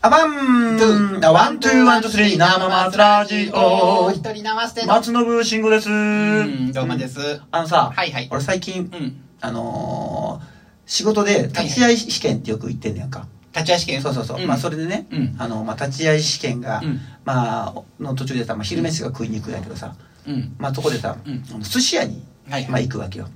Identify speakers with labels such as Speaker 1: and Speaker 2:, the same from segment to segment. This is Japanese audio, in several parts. Speaker 1: アバン
Speaker 2: トゥ
Speaker 1: ダワン、ツー、ワン、ツー、スリー、生松ラジオ
Speaker 2: 一。人生しての。
Speaker 1: 松信慎吾です。
Speaker 2: うん、どうもです。
Speaker 1: あのさ、
Speaker 2: はいはい。
Speaker 1: 俺最近、
Speaker 2: うん。
Speaker 1: あのー、仕事で立ち会い試験ってよく言ってんねやんか。
Speaker 2: 立ち会い試験
Speaker 1: そうそうそう。
Speaker 2: ん
Speaker 1: まあそれでね、
Speaker 2: うん。
Speaker 1: あの、まあ立ち会い試験が、
Speaker 2: うん。
Speaker 1: まあ、の途中でさ、まあ、昼飯が食いに行くんやけどさ、
Speaker 2: うん。
Speaker 1: まあそこでさ、
Speaker 2: うん
Speaker 1: あの寿司屋に、
Speaker 2: はい
Speaker 1: ま
Speaker 2: は
Speaker 1: あ
Speaker 2: い。
Speaker 1: 行くわけよ。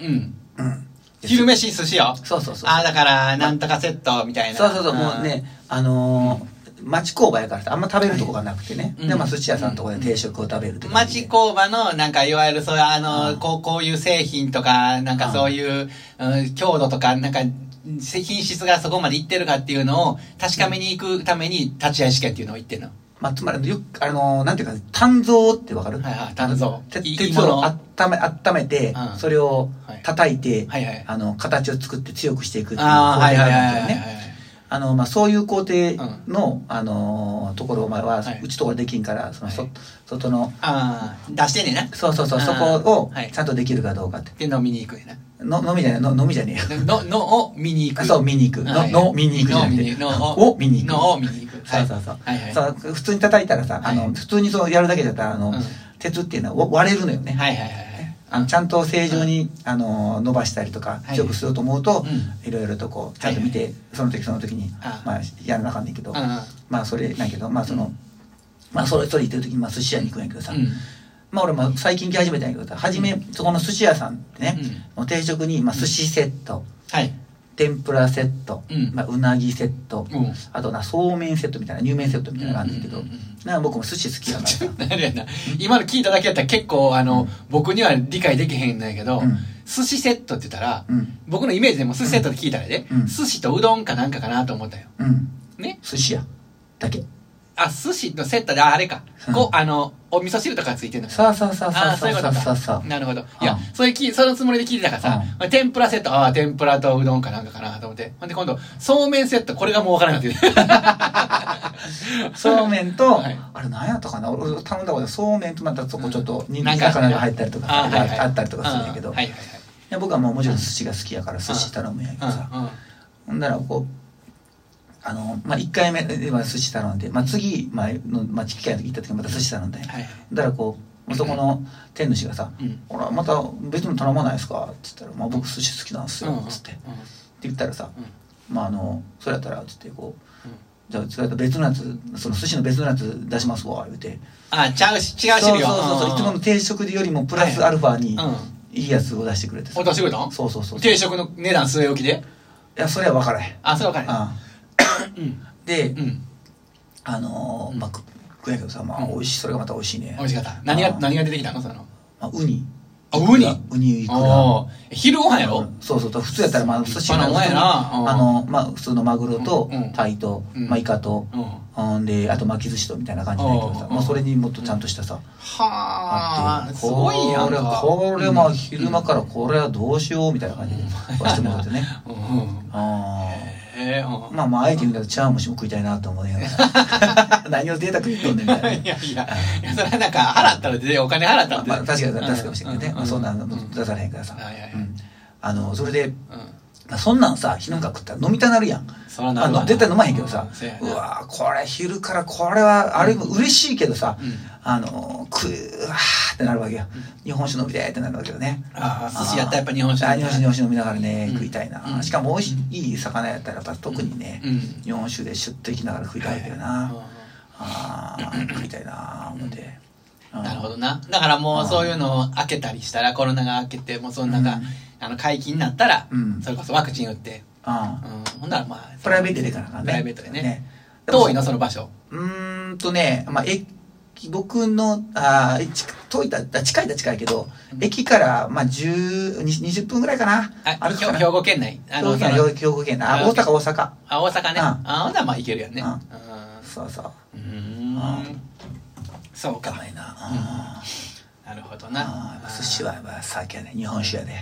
Speaker 2: うん。
Speaker 1: うん。で
Speaker 2: 昼飯寿司よ。
Speaker 1: そうそうそう。
Speaker 2: ああ、だから、なんとかセットみたいな。
Speaker 1: そうそうそう、
Speaker 2: ん
Speaker 1: もう。ね、あのー町工場やからさ、あんま食べるとこがなくてね。
Speaker 2: はい
Speaker 1: で、まあ、
Speaker 2: うん
Speaker 1: 寿司屋さんのとこで定食を食べるって感じ
Speaker 2: 町
Speaker 1: で
Speaker 2: 工場の、なんか、いわゆる、そういう、あ
Speaker 1: うん
Speaker 2: の、こう、こういう製品とか、なんかそういう、うん強度とか、なんか、品質がそこまでいってるかっていうのを確かめに行くために立ち会い試験っていうのを言ってるの。
Speaker 1: まあ、つまり、よく、あのーなんていうか、炭蔵ってわかる
Speaker 2: はいはい鍛造
Speaker 1: 鉄
Speaker 2: いい
Speaker 1: 鉄を
Speaker 2: もの
Speaker 1: 温め、温めて、
Speaker 2: うん
Speaker 1: それを
Speaker 2: はい
Speaker 1: 叩いて、
Speaker 2: はいはい。
Speaker 1: あの、形を作って強くしていくっていう
Speaker 2: ああ、
Speaker 1: 工
Speaker 2: は
Speaker 1: 程
Speaker 2: い
Speaker 1: があ
Speaker 2: はい
Speaker 1: る
Speaker 2: は
Speaker 1: んだよ
Speaker 2: い
Speaker 1: ね。
Speaker 2: はい。
Speaker 1: あの、まあ、そういう工程の、あのーところは、
Speaker 2: はいう
Speaker 1: ちところできんから、その、そ
Speaker 2: はい
Speaker 1: 外の、
Speaker 2: ああ、出してんねんな。っ
Speaker 1: そうそうそう、
Speaker 2: あ
Speaker 1: そ
Speaker 2: ー
Speaker 1: こを
Speaker 2: はい、
Speaker 1: ちゃんとできるかどうかって。
Speaker 2: て飲みに行くんや
Speaker 1: の、飲みじゃない、の飲みじゃねえよ。
Speaker 2: な。の、のを見に行く。
Speaker 1: そう、見に行く。
Speaker 2: は
Speaker 1: の、
Speaker 2: い
Speaker 1: の、見に行くじゃなくて。
Speaker 2: のの
Speaker 1: を見に行く。
Speaker 2: のを見に行く。
Speaker 1: そう
Speaker 2: は
Speaker 1: そうそう。
Speaker 2: いはいはい。
Speaker 1: そう普通に叩いたらさ、あ
Speaker 2: は
Speaker 1: の、
Speaker 2: い
Speaker 1: 普通にそうやるだけだったら、あ
Speaker 2: うん
Speaker 1: の
Speaker 2: はい、
Speaker 1: 鉄っていうのは割れるのよね。
Speaker 2: はいはいはい。
Speaker 1: あのちゃんと正常に、あの、伸ばしたりとか、
Speaker 2: はい
Speaker 1: 強くすると思うと
Speaker 2: う、ん。
Speaker 1: いろいろとこう、ちゃんと見て、その時その時に、
Speaker 2: あ
Speaker 1: まあ、やらなあかんねんけど、
Speaker 2: あ
Speaker 1: まあ、それなんやけど、まあ、そうの、まあ、それ、それ行ってる時に、まあ、寿司屋に行くんやけどさ
Speaker 2: うん。う、ん。
Speaker 1: まあ、俺も最近来始めたんやけどさ、初め、そこの寿司屋さんってね、もう定食に、まあ、寿司セット、
Speaker 2: はい。
Speaker 1: 天ぷらセット、
Speaker 2: うん
Speaker 1: まあ、うなぎセット、
Speaker 2: うん。
Speaker 1: あとなそうめんセットみたいな乳麺セットみたいなのがあるんだけど、
Speaker 2: うんうんうん
Speaker 1: なんか僕も寿司好きだから
Speaker 2: ち
Speaker 1: さ
Speaker 2: ょっとあれやな。今の聞いただけやったら結構、あ
Speaker 1: う
Speaker 2: の
Speaker 1: ん、
Speaker 2: 僕には理解できへんのやけど
Speaker 1: うん、
Speaker 2: 寿司セットって言ったら、
Speaker 1: うん
Speaker 2: 僕のイメージでも寿司セットって聞いたらね
Speaker 1: うん、
Speaker 2: 寿司とうどんかなんかかなと思ったよ。
Speaker 1: うん
Speaker 2: ね
Speaker 1: 寿司屋だけ
Speaker 2: あ、寿司のセットで、あ、あれか。こう、あの、お味噌汁とかついてんのか
Speaker 1: さあさあさあさ
Speaker 2: あ
Speaker 1: あ
Speaker 2: あ、そういうこ
Speaker 1: さ
Speaker 2: と
Speaker 1: あさあ
Speaker 2: か。
Speaker 1: さ
Speaker 2: なるほど。
Speaker 1: うん
Speaker 2: いや、そういうき、そのつもりで聞いてたからさ、
Speaker 1: うん
Speaker 2: まあ天ぷらセット、ああ、天ぷらとうどんかなんかかなと思って。ほんで今度、そうめんセット、これがもうわからなくなって
Speaker 1: あそうめんと、
Speaker 2: はい
Speaker 1: あれ何やったかな俺頼んだことそうめんとまたそこちょっと人
Speaker 2: な
Speaker 1: 気
Speaker 2: んか
Speaker 1: 魚が入ったりとか
Speaker 2: あ
Speaker 1: さ
Speaker 2: ーはいはい
Speaker 1: あったりとかするんだけど、
Speaker 2: うんはいはい
Speaker 1: いや僕はもうもちろん寿司が好きやから寿司頼むんやけどさ、
Speaker 2: はい。
Speaker 1: ほんならこうあのまあ、1回目では寿司頼んで、まあ、次、まあのまあ、機会の時行った時また寿司頼んだん
Speaker 2: うん。
Speaker 1: や
Speaker 2: はいはい。
Speaker 1: だからこうそこの店主がさ、
Speaker 2: うん。
Speaker 1: ほらまた別の頼まないですか?」っつったら「まあ、僕寿司好きなんですよ」っつって、って
Speaker 2: うん。
Speaker 1: 言ったらさ
Speaker 2: うん
Speaker 1: 「まああのそれやったら」っつってこう「じゃあそれやったら別のやつその寿司の別のやつ出しますわ」言うて
Speaker 2: あ、ちゃうし、違う汁よ。
Speaker 1: そうそうそう、
Speaker 2: ん
Speaker 1: いつもの定食よりもプラスアルファに
Speaker 2: うん。
Speaker 1: いいやつを出してくれてさ、
Speaker 2: お出してくれたん
Speaker 1: そうそうそうい
Speaker 2: 定食の値段据え置きで
Speaker 1: やそれは分からへん
Speaker 2: あ、それわかる。
Speaker 1: あ
Speaker 2: うん。
Speaker 1: で、
Speaker 2: うん。
Speaker 1: あのーまあ食食うんやけどさまあ
Speaker 2: うん
Speaker 1: 美味しいそれがまた美味しいね
Speaker 2: 美味しかった。何が
Speaker 1: う、ん
Speaker 2: 何が出てきたのその。
Speaker 1: まあ、ウニ
Speaker 2: あウニ
Speaker 1: ウニいくら
Speaker 2: おー昼ご飯やろ
Speaker 1: そうそうそう普通やったらまあ寿司
Speaker 2: 立派なもんやな
Speaker 1: あのまあ普通のマグロと
Speaker 2: うんうん
Speaker 1: タイと
Speaker 2: うん
Speaker 1: まあイカと
Speaker 2: うん。は
Speaker 1: ほんであと巻き寿司とみたいな感じだけど
Speaker 2: うん
Speaker 1: さ
Speaker 2: うん
Speaker 1: まあそれにもっとちゃんとしたさ
Speaker 2: あ
Speaker 1: っ、て
Speaker 2: すごいやん
Speaker 1: これ
Speaker 2: か。
Speaker 1: これまあ昼間からこれはどうしようみたいな感じでわしてもらって ね
Speaker 2: うんうん
Speaker 1: あ
Speaker 2: ええ
Speaker 1: ーまあまああえて言うんだとチャームシも食いたいなと思うね 何を贅沢言っとんねんみたい
Speaker 2: い
Speaker 1: な。
Speaker 2: やいや、いやそれはなんか払ったらで、お金払っ
Speaker 1: まあ
Speaker 2: たらで。
Speaker 1: まあ確かに出すかもしれないけどね、
Speaker 2: う
Speaker 1: まあ、そんな
Speaker 2: う
Speaker 1: の
Speaker 2: うん
Speaker 1: 出されへんからさ、
Speaker 2: はいはいはい
Speaker 1: うん、あのそれで、
Speaker 2: うん
Speaker 1: まあ、そんなんさ日のか食ったら飲みたなるやん
Speaker 2: そらな
Speaker 1: あ
Speaker 2: るわ
Speaker 1: の絶対飲まへんけどさ
Speaker 2: うそうや、
Speaker 1: う
Speaker 2: な
Speaker 1: わーこれ昼からこれはある意味嬉しいけどさ、
Speaker 2: うん
Speaker 1: あのーくーうわーってなるわけよ、日本酒飲みたいってなるわけよね
Speaker 2: あー寿司やったらやっぱ日本酒
Speaker 1: あー日本酒日本酒飲みながらね、
Speaker 2: うん
Speaker 1: 食いたいな、
Speaker 2: うん
Speaker 1: しかも美味しいいい魚やったらやっぱ特にね、
Speaker 2: うん。
Speaker 1: 日本酒でシュッといきながら食いたいわけよな、あー食いたいなー思って、
Speaker 2: うんなるほ
Speaker 1: ど
Speaker 2: どな。だからもうそういうのを開けたりしたら、コロナが明けて、もうそのなんか、あの、解禁になったら
Speaker 1: う、ん
Speaker 2: それこそワクチン打って、
Speaker 1: あ
Speaker 2: うんほんならまあ、
Speaker 1: ープライベートで行かなあかんね
Speaker 2: プライベートでね
Speaker 1: でも
Speaker 2: 遠いの、その場所。
Speaker 1: うーんとね、まあ、駅僕のあー近遠いだ近いだ近いけど、
Speaker 2: うん
Speaker 1: 駅から、まあ、10 20分ぐらいかな
Speaker 2: あ、
Speaker 1: 歩
Speaker 2: ひ
Speaker 1: く
Speaker 2: ょ
Speaker 1: か
Speaker 2: 兵
Speaker 1: な
Speaker 2: 庫県内。あ
Speaker 1: 兵
Speaker 2: の
Speaker 1: 庫県
Speaker 2: その
Speaker 1: 兵庫県あ
Speaker 2: あ
Speaker 1: 大阪大阪
Speaker 2: あ、大阪ね。
Speaker 1: うん
Speaker 2: あ、ほんならまあいけるやんね。
Speaker 1: うん
Speaker 2: うん
Speaker 1: そうそう
Speaker 2: うーんそう
Speaker 1: か
Speaker 2: か
Speaker 1: まいな、
Speaker 2: なるほど
Speaker 1: うん、
Speaker 2: な
Speaker 1: あー寿司はやっぱ酒やね日本酒やで、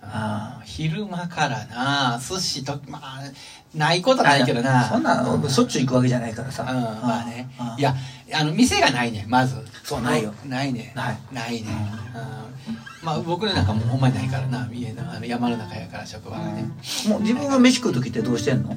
Speaker 2: あー昼間からな寿司とまあないことはないけど
Speaker 1: あ
Speaker 2: な
Speaker 1: そんな
Speaker 2: うん
Speaker 1: しょっちゅう行くわけじゃないからさ、
Speaker 2: うんまあね
Speaker 1: うん
Speaker 2: いやあの店がないねまず
Speaker 1: そうないよ
Speaker 2: ないね
Speaker 1: ない
Speaker 2: ないねうんまあ僕なんかもうほんまにないからな家のあの山の中やから職場がね
Speaker 1: もう自分が飯食う時ってどうしてんの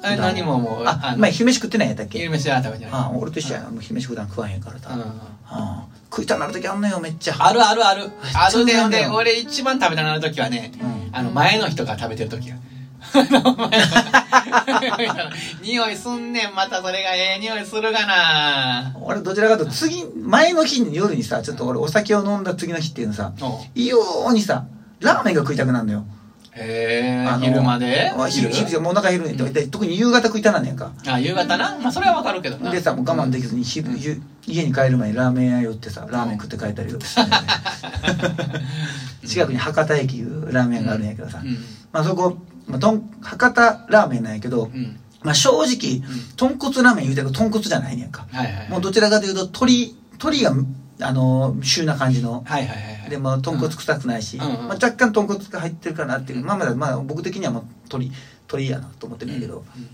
Speaker 2: え何ももう
Speaker 1: あ
Speaker 2: あの
Speaker 1: まあ昼飯食ってないやったっけ
Speaker 2: 昼飯は食べてない
Speaker 1: あ俺と一緒やなもう昼飯普段食わへんからさ、
Speaker 2: うん
Speaker 1: あ食いたなる時あんのよめっちゃ
Speaker 2: あるあるあるあるで
Speaker 1: そうなんだ
Speaker 2: ね
Speaker 1: よ
Speaker 2: 俺一番食べたなる時はね
Speaker 1: うん
Speaker 2: あの前の人が食べてる時やあの前の人 匂いすんねんまたそれがええ匂いするがな
Speaker 1: 俺どちらかというと次前の日に夜にさちょっと俺お酒を飲んだ次の日っていうのさ
Speaker 2: お
Speaker 1: 異様にさラーメンが食いたくなるのよ
Speaker 2: へえ
Speaker 1: あの
Speaker 2: 昼まで
Speaker 1: あ昼昼もうお腹減るねんて、
Speaker 2: うん
Speaker 1: で特に夕方食いたなんねんか
Speaker 2: あ夕方なまあそれはわかるけどな
Speaker 1: でさもう我慢できずに昼、ゆ家に帰る前にラーメン屋寄ってさラーメン食って帰ったりとかして んだよね近くに博多駅いうラーメン屋があるんやけどさ、
Speaker 2: う
Speaker 1: まあそこ、まあ、とん博多ラーメンなんやけど、
Speaker 2: んうん
Speaker 1: まあ正直
Speaker 2: うん
Speaker 1: 豚骨ラーメン言うてるけど豚骨じゃないねんか
Speaker 2: はいはいはい
Speaker 1: もうどちらかというと鶏鶏があの旬な感じの
Speaker 2: はいはいはいはい
Speaker 1: でも豚骨臭くないし、
Speaker 2: うんうんうん
Speaker 1: まあ、若干豚骨が入ってるかなっていう、
Speaker 2: うん
Speaker 1: まあまだまあ僕的にはもう鶏鶏やなと思ってるんだけど、
Speaker 2: うん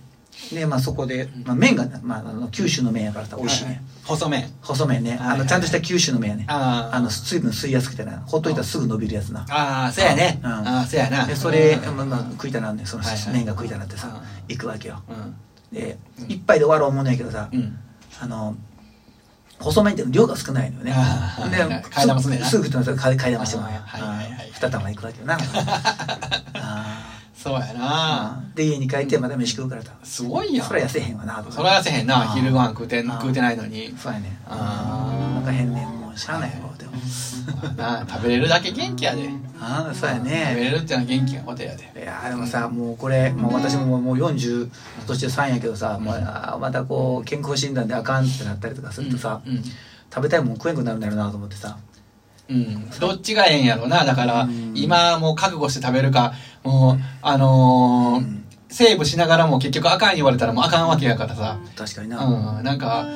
Speaker 1: でまあそこで、
Speaker 2: ん
Speaker 1: まあ、麺が、まあ、あの九州の麺やからさ美味しいね、
Speaker 2: はは細麺
Speaker 1: 細麺ね、
Speaker 2: はい
Speaker 1: あ
Speaker 2: はい
Speaker 1: のちゃんとした九州の麺やね
Speaker 2: あー
Speaker 1: あの水分吸いやすくてなほっといたらすぐ伸びるやつな
Speaker 2: ああそうやね
Speaker 1: うん
Speaker 2: ああそうやな
Speaker 1: でそれ、
Speaker 2: うん
Speaker 1: まあまあ、食いたなんでその
Speaker 2: はいはい
Speaker 1: 麺が食いたなってさ、
Speaker 2: う
Speaker 1: 行くわけよ
Speaker 2: うん
Speaker 1: で、
Speaker 2: うん
Speaker 1: 一杯で終わろう思うねんやけどさ、
Speaker 2: うん
Speaker 1: あの細麺って量が少ないのよね
Speaker 2: あーはいはい
Speaker 1: で
Speaker 2: 買い玉すんねんな
Speaker 1: ぐ食ってます買い買い玉してもらう
Speaker 2: あーはいはいはい
Speaker 1: 2玉いくわけよ なあ
Speaker 2: そうや
Speaker 1: ー
Speaker 2: な
Speaker 1: で家に帰ってまた飯食うからと
Speaker 2: すごいやん
Speaker 1: そりゃ痩せへんわなとか
Speaker 2: そら痩せへんな
Speaker 1: あー
Speaker 2: 昼ご飯食うてん
Speaker 1: あー
Speaker 2: 食うてないのに
Speaker 1: そうやね
Speaker 2: あー
Speaker 1: お腹へんねんもうしゃあないわでも
Speaker 2: な食べれるだけ元気やで
Speaker 1: ああそうや
Speaker 2: 食べ
Speaker 1: ね
Speaker 2: れるってのは元気なことやで
Speaker 1: いやーでもさもうこれもう私ももう40年3やけどさ、もうあーまたこう健康診断であかんってなったりとかするとさ、
Speaker 2: うん
Speaker 1: 食べたいもん食えんくなるんだろうなと思ってさ
Speaker 2: うんどっちがええんやろなだから
Speaker 1: うん
Speaker 2: 今もう覚悟して食べるかもうあ
Speaker 1: う
Speaker 2: のー
Speaker 1: ん
Speaker 2: セーブしながらも結局あかん言われたらもうあかんわけやからさ
Speaker 1: 確かにな、
Speaker 2: うんなんか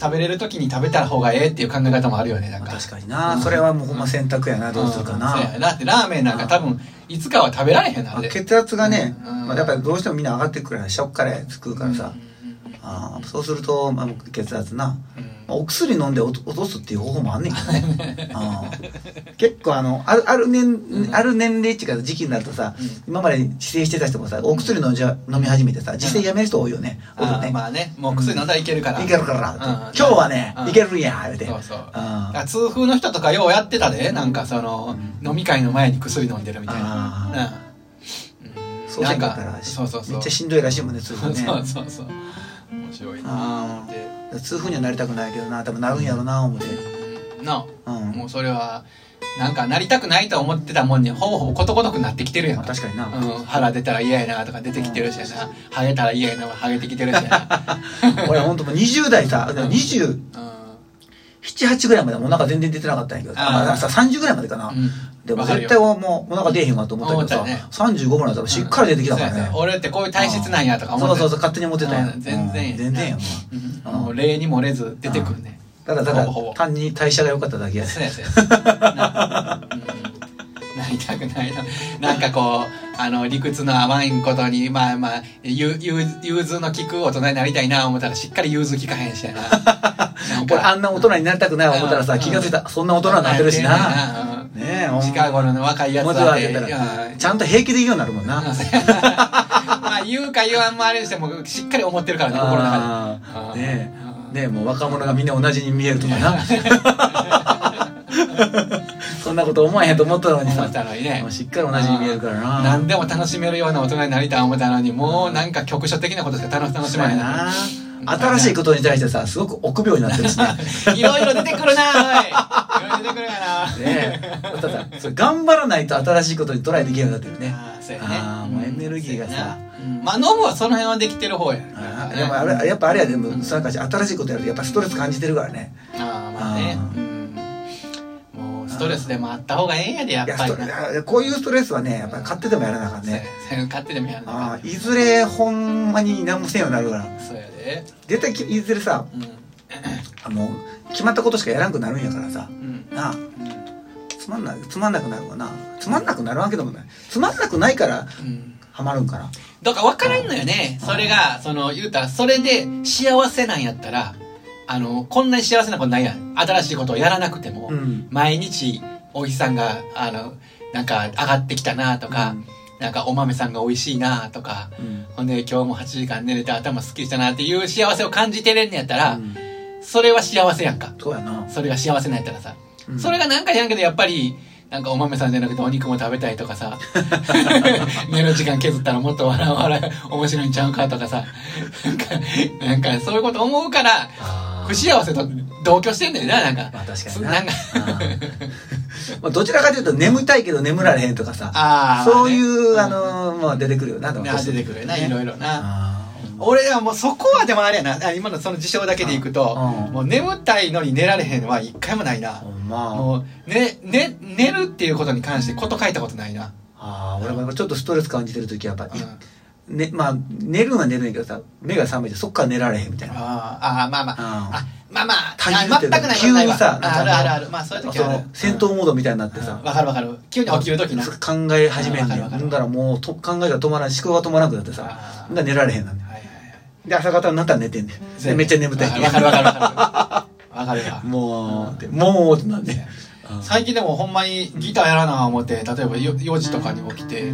Speaker 2: 食べれる時に食べた方がええっていう考え方もあるよねなん
Speaker 1: まあ
Speaker 2: か
Speaker 1: 確かにな、それはもうほんま選択やな、どうするかな、
Speaker 2: うんそうやだってラーメンなんか多分いつかは食べられへんな
Speaker 1: ま
Speaker 2: ん
Speaker 1: あ
Speaker 2: で
Speaker 1: 血圧がね、
Speaker 2: うん
Speaker 1: まあ、やっぱりどうしてもみんな上がってくるからショックから作るからさ、
Speaker 2: うん
Speaker 1: あーそうすると、まあ、僕血圧な、
Speaker 2: うん
Speaker 1: まあお薬飲んで落と落とすっていう方法もあんねんけどねあー結構あのあるある年、
Speaker 2: うん
Speaker 1: ある年齢っていうか時期になるとさ、
Speaker 2: うん
Speaker 1: 今まで自制してた人もさお薬飲んじゃ飲み始めてさ自制やめる人多いよね、多いよ
Speaker 2: あ
Speaker 1: ね、
Speaker 2: ーまあねもう薬飲んだらいけるから
Speaker 1: いけるから、
Speaker 2: うん
Speaker 1: 今日はね、
Speaker 2: うん
Speaker 1: いけるんや言うて
Speaker 2: そうそう
Speaker 1: あー
Speaker 2: あ痛風の人とかようやってたでなんかその飲み会の前に薬飲んでるみたい
Speaker 1: あ
Speaker 2: なうん
Speaker 1: そうせんかった
Speaker 2: な
Speaker 1: ら
Speaker 2: んかそうそうそう
Speaker 1: めっちゃしんどいらしいもんね痛
Speaker 2: そ
Speaker 1: 風
Speaker 2: う
Speaker 1: ね
Speaker 2: そうそうそう面白いな
Speaker 1: あ
Speaker 2: ーって
Speaker 1: 痛風にはなりたくないけどな多分なるんやろな思って
Speaker 2: うんな
Speaker 1: うん
Speaker 2: あもうそれはなんかなりたくないと思ってたもんにほぼほぼことごとくなってきてるやん
Speaker 1: まあ
Speaker 2: か
Speaker 1: 確かにな、
Speaker 2: うん、腹出たら嫌やなとか出てきてるしやな、ハゲたら嫌やなハゲてきてるしやな、
Speaker 1: 俺ほんともう20代さ
Speaker 2: ん
Speaker 1: 278
Speaker 2: う
Speaker 1: ぐらいまでお腹全然出てなかったんやけどさ
Speaker 2: あー
Speaker 1: まあさ30ぐらいまでかな、
Speaker 2: んうん、
Speaker 1: でも
Speaker 2: わかる
Speaker 1: 絶
Speaker 2: よ
Speaker 1: 対もうお腹出えへんわと思ったけどさ、
Speaker 2: 思ったよね
Speaker 1: 35ぐらいだったらしっかり出てきたから
Speaker 2: そうや
Speaker 1: ね
Speaker 2: そうや俺ってこういう体質なんやとか思
Speaker 1: そう
Speaker 2: って
Speaker 1: そうそう勝手に思ってたやんや
Speaker 2: うん全然や
Speaker 1: 全然やもん
Speaker 2: うんもう例にもれず出てくるね
Speaker 1: ただただ
Speaker 2: ほぼほぼ
Speaker 1: 単に代謝が良かっただけやで
Speaker 2: そうやそうやそうやな,、うん、なりたくないななんかこうあの理屈の甘いことにまあまあゆゆ融通の利く大人になりたいな思ったらしっかり融通利かへんしやななん
Speaker 1: 俺あんな大人
Speaker 2: に
Speaker 1: になりたくない思ったら
Speaker 2: う
Speaker 1: さ
Speaker 2: ん
Speaker 1: 気が付いたらそんな大人になってるしな
Speaker 2: うん
Speaker 1: ねえほんま
Speaker 2: 近頃の若いやつ
Speaker 1: もうちょっと
Speaker 2: だっ
Speaker 1: 上
Speaker 2: て、
Speaker 1: げた
Speaker 2: う
Speaker 1: ら
Speaker 2: ん
Speaker 1: ちゃんと平気で言うようになるもんな
Speaker 2: まあ言うか言わんもあれにしてもしっかり思ってるからね心の中
Speaker 1: あー
Speaker 2: で
Speaker 1: ね
Speaker 2: うん
Speaker 1: えねえもう若者がみんな同じに見えるとか なそんなこと思わへんと思ったのに
Speaker 2: で思
Speaker 1: さ
Speaker 2: ったのにね
Speaker 1: もうしっかり同じに見えるからな
Speaker 2: 何でも楽しめるような大人になりたい思ったのにもうなんか局所的なことしか楽し楽し
Speaker 1: そう
Speaker 2: ま
Speaker 1: や
Speaker 2: ない
Speaker 1: な新しいことに対してさすごく臆病になって るしね
Speaker 2: いろいろ出てくるなおいいろいろ出てくるかな
Speaker 1: ねえだってさそう頑張らないと新しいことにトライできるようになってるね
Speaker 2: あー そうやね
Speaker 1: あーもうエネルギーが
Speaker 2: そうやな
Speaker 1: さ
Speaker 2: うんまあノブはその辺はできてる方や
Speaker 1: あーでもあれやっぱあれやでもさかし新しいことやるとやっぱストレス感じてるからね
Speaker 2: あーまあね
Speaker 1: あー
Speaker 2: うんもうストレスでもあった方がええんやでやっ
Speaker 1: いや
Speaker 2: ぱ
Speaker 1: ス
Speaker 2: り
Speaker 1: トレ
Speaker 2: な
Speaker 1: スこういうストレスはねやっぱり買ってでもやらなあかん
Speaker 2: そうや
Speaker 1: ね
Speaker 2: そうや勝手でもやるの
Speaker 1: あ
Speaker 2: か
Speaker 1: ーいずれほんまに何もせんようになるから
Speaker 2: そうやで
Speaker 1: 絶対きいずれさ
Speaker 2: うん
Speaker 1: あの決まったことしかやらんくなるんやからさ
Speaker 2: うん
Speaker 1: なあ
Speaker 2: うん
Speaker 1: つまんなつまんなくなるわなつまんなくなるわけでもないつまんなくないから
Speaker 2: うん
Speaker 1: ハマるんかな
Speaker 2: だから分からんのよねそれがその言うたらそれで幸せなんやったらあのこんなに幸せなことないやん新しいことをやらなくても、
Speaker 1: うん
Speaker 2: 毎日お日さんがあのなんか上がってきたなとか、
Speaker 1: うん
Speaker 2: なんかお豆さんが美味しいなとか、
Speaker 1: うん
Speaker 2: ほんで今日も8時間寝れて頭すっきりしたなっていう幸せを感じてれんねやったら、
Speaker 1: うん
Speaker 2: それは幸せやんか。
Speaker 1: そうやな、
Speaker 2: それが幸せなんやったらさ。
Speaker 1: うん
Speaker 2: それがなんかやんけど、やっぱり、なんかお豆さんじゃなくてお肉も食べたいとか さ、寝る時間削ったらもっと笑う笑う、面白いんちゃうかとかさ、なんか、なんかそういうこと思うから、
Speaker 1: あー
Speaker 2: 不幸せと同居してんだよな、なんか。
Speaker 1: まあ確かに
Speaker 2: そ
Speaker 1: な
Speaker 2: なんか、
Speaker 1: あーまあどちらかというと眠たいけど眠られへんとかさ
Speaker 2: あー
Speaker 1: そういう、
Speaker 2: ね
Speaker 1: あのまあ出てくるよなと
Speaker 2: な出てくるよな、いろいろな。
Speaker 1: あー
Speaker 2: 俺はもうそこはでもあれやな、あ今のその事象だけでいくと、
Speaker 1: うん
Speaker 2: もう眠たいのに寝られへんは一回もないな。
Speaker 1: ほんま
Speaker 2: もう、ね、ね、寝るっていうことに関してこと書いたことないな。
Speaker 1: ああ俺もやっぱちょっとストレス感じてる時はやっぱ、
Speaker 2: うん
Speaker 1: ねまあ寝るのは寝るんやけどさ目が覚めてそっから寝られへんみたいな
Speaker 2: あーあー、まあまあ。あ、まあまあ、
Speaker 1: 他人
Speaker 2: あ
Speaker 1: って
Speaker 2: 全くない
Speaker 1: 急にさな
Speaker 2: 問題
Speaker 1: ん
Speaker 2: はあ
Speaker 1: か
Speaker 2: るあるある。まあそういう
Speaker 1: そ
Speaker 2: 時はある
Speaker 1: の。戦闘モードみたいになって
Speaker 2: うん
Speaker 1: さ
Speaker 2: わかるわかる。急に起きる時な。
Speaker 1: 考え始めんね
Speaker 2: うん
Speaker 1: んほ
Speaker 2: わかるわかる
Speaker 1: んだらもうと考えが止まらない思考が止まらなくなってさ
Speaker 2: あ
Speaker 1: ほ
Speaker 2: ー
Speaker 1: んだら寝られへんなんねん
Speaker 2: はいはい
Speaker 1: で朝方になったら寝てんねん
Speaker 2: は
Speaker 1: で
Speaker 2: い
Speaker 1: めっちゃ眠たい
Speaker 2: わかるわかるわかる。わかるわ。
Speaker 1: もうってもうってなんでうん
Speaker 2: 最近でもほんまにギターやらな思って、例えばよ4時とかに起きて、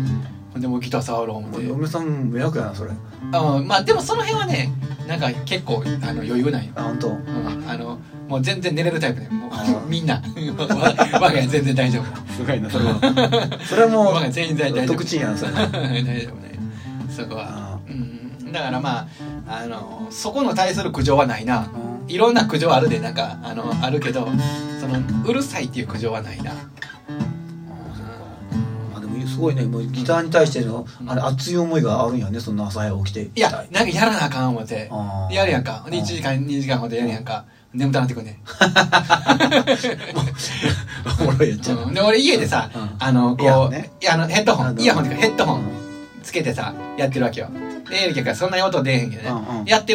Speaker 2: ほんでもうギター触ろう思って
Speaker 1: もう。嫁さん迷惑やなそれ
Speaker 2: うん、まあでもその辺はね、なんか結構あの余裕なんよ。
Speaker 1: あ本当
Speaker 2: うんあの、もう全然寝れるタイプで、も
Speaker 1: あ
Speaker 2: う
Speaker 1: ー
Speaker 2: みんな。わ我が家全然大丈夫。
Speaker 1: すごいなそれはそれはも
Speaker 2: 我が家全員大丈
Speaker 1: う
Speaker 2: 夫。
Speaker 1: 特珍やんそれ
Speaker 2: 大丈夫ね。そこは。
Speaker 1: あ
Speaker 2: うん、だからまああのそこの対する苦情はないな
Speaker 1: ーうん
Speaker 2: いろんな苦情あるでなんかあのあるけどそのうるさいっていう苦情はないな
Speaker 1: まあでもすごいねもうギターに対してのあれ熱い思いがあるんやねそんな朝早起きて
Speaker 2: いやなんかやらなあかん思って
Speaker 1: あー
Speaker 2: やるやんかで1時間2時間ほどやるやんか眠たなってくんね、
Speaker 1: おもろいやっちゃう
Speaker 2: うん、で俺家でさ
Speaker 1: うん
Speaker 2: あの
Speaker 1: イヤホ
Speaker 2: こ
Speaker 1: ン
Speaker 2: う、
Speaker 1: ね
Speaker 2: いやあのヘッドホ
Speaker 1: あ
Speaker 2: ン
Speaker 1: の
Speaker 2: イヤホンっていうかヘッドホン
Speaker 1: う
Speaker 2: つけてさやってるわけよでエリキがそんなに音出えへんけどね、
Speaker 1: うんうん
Speaker 2: やって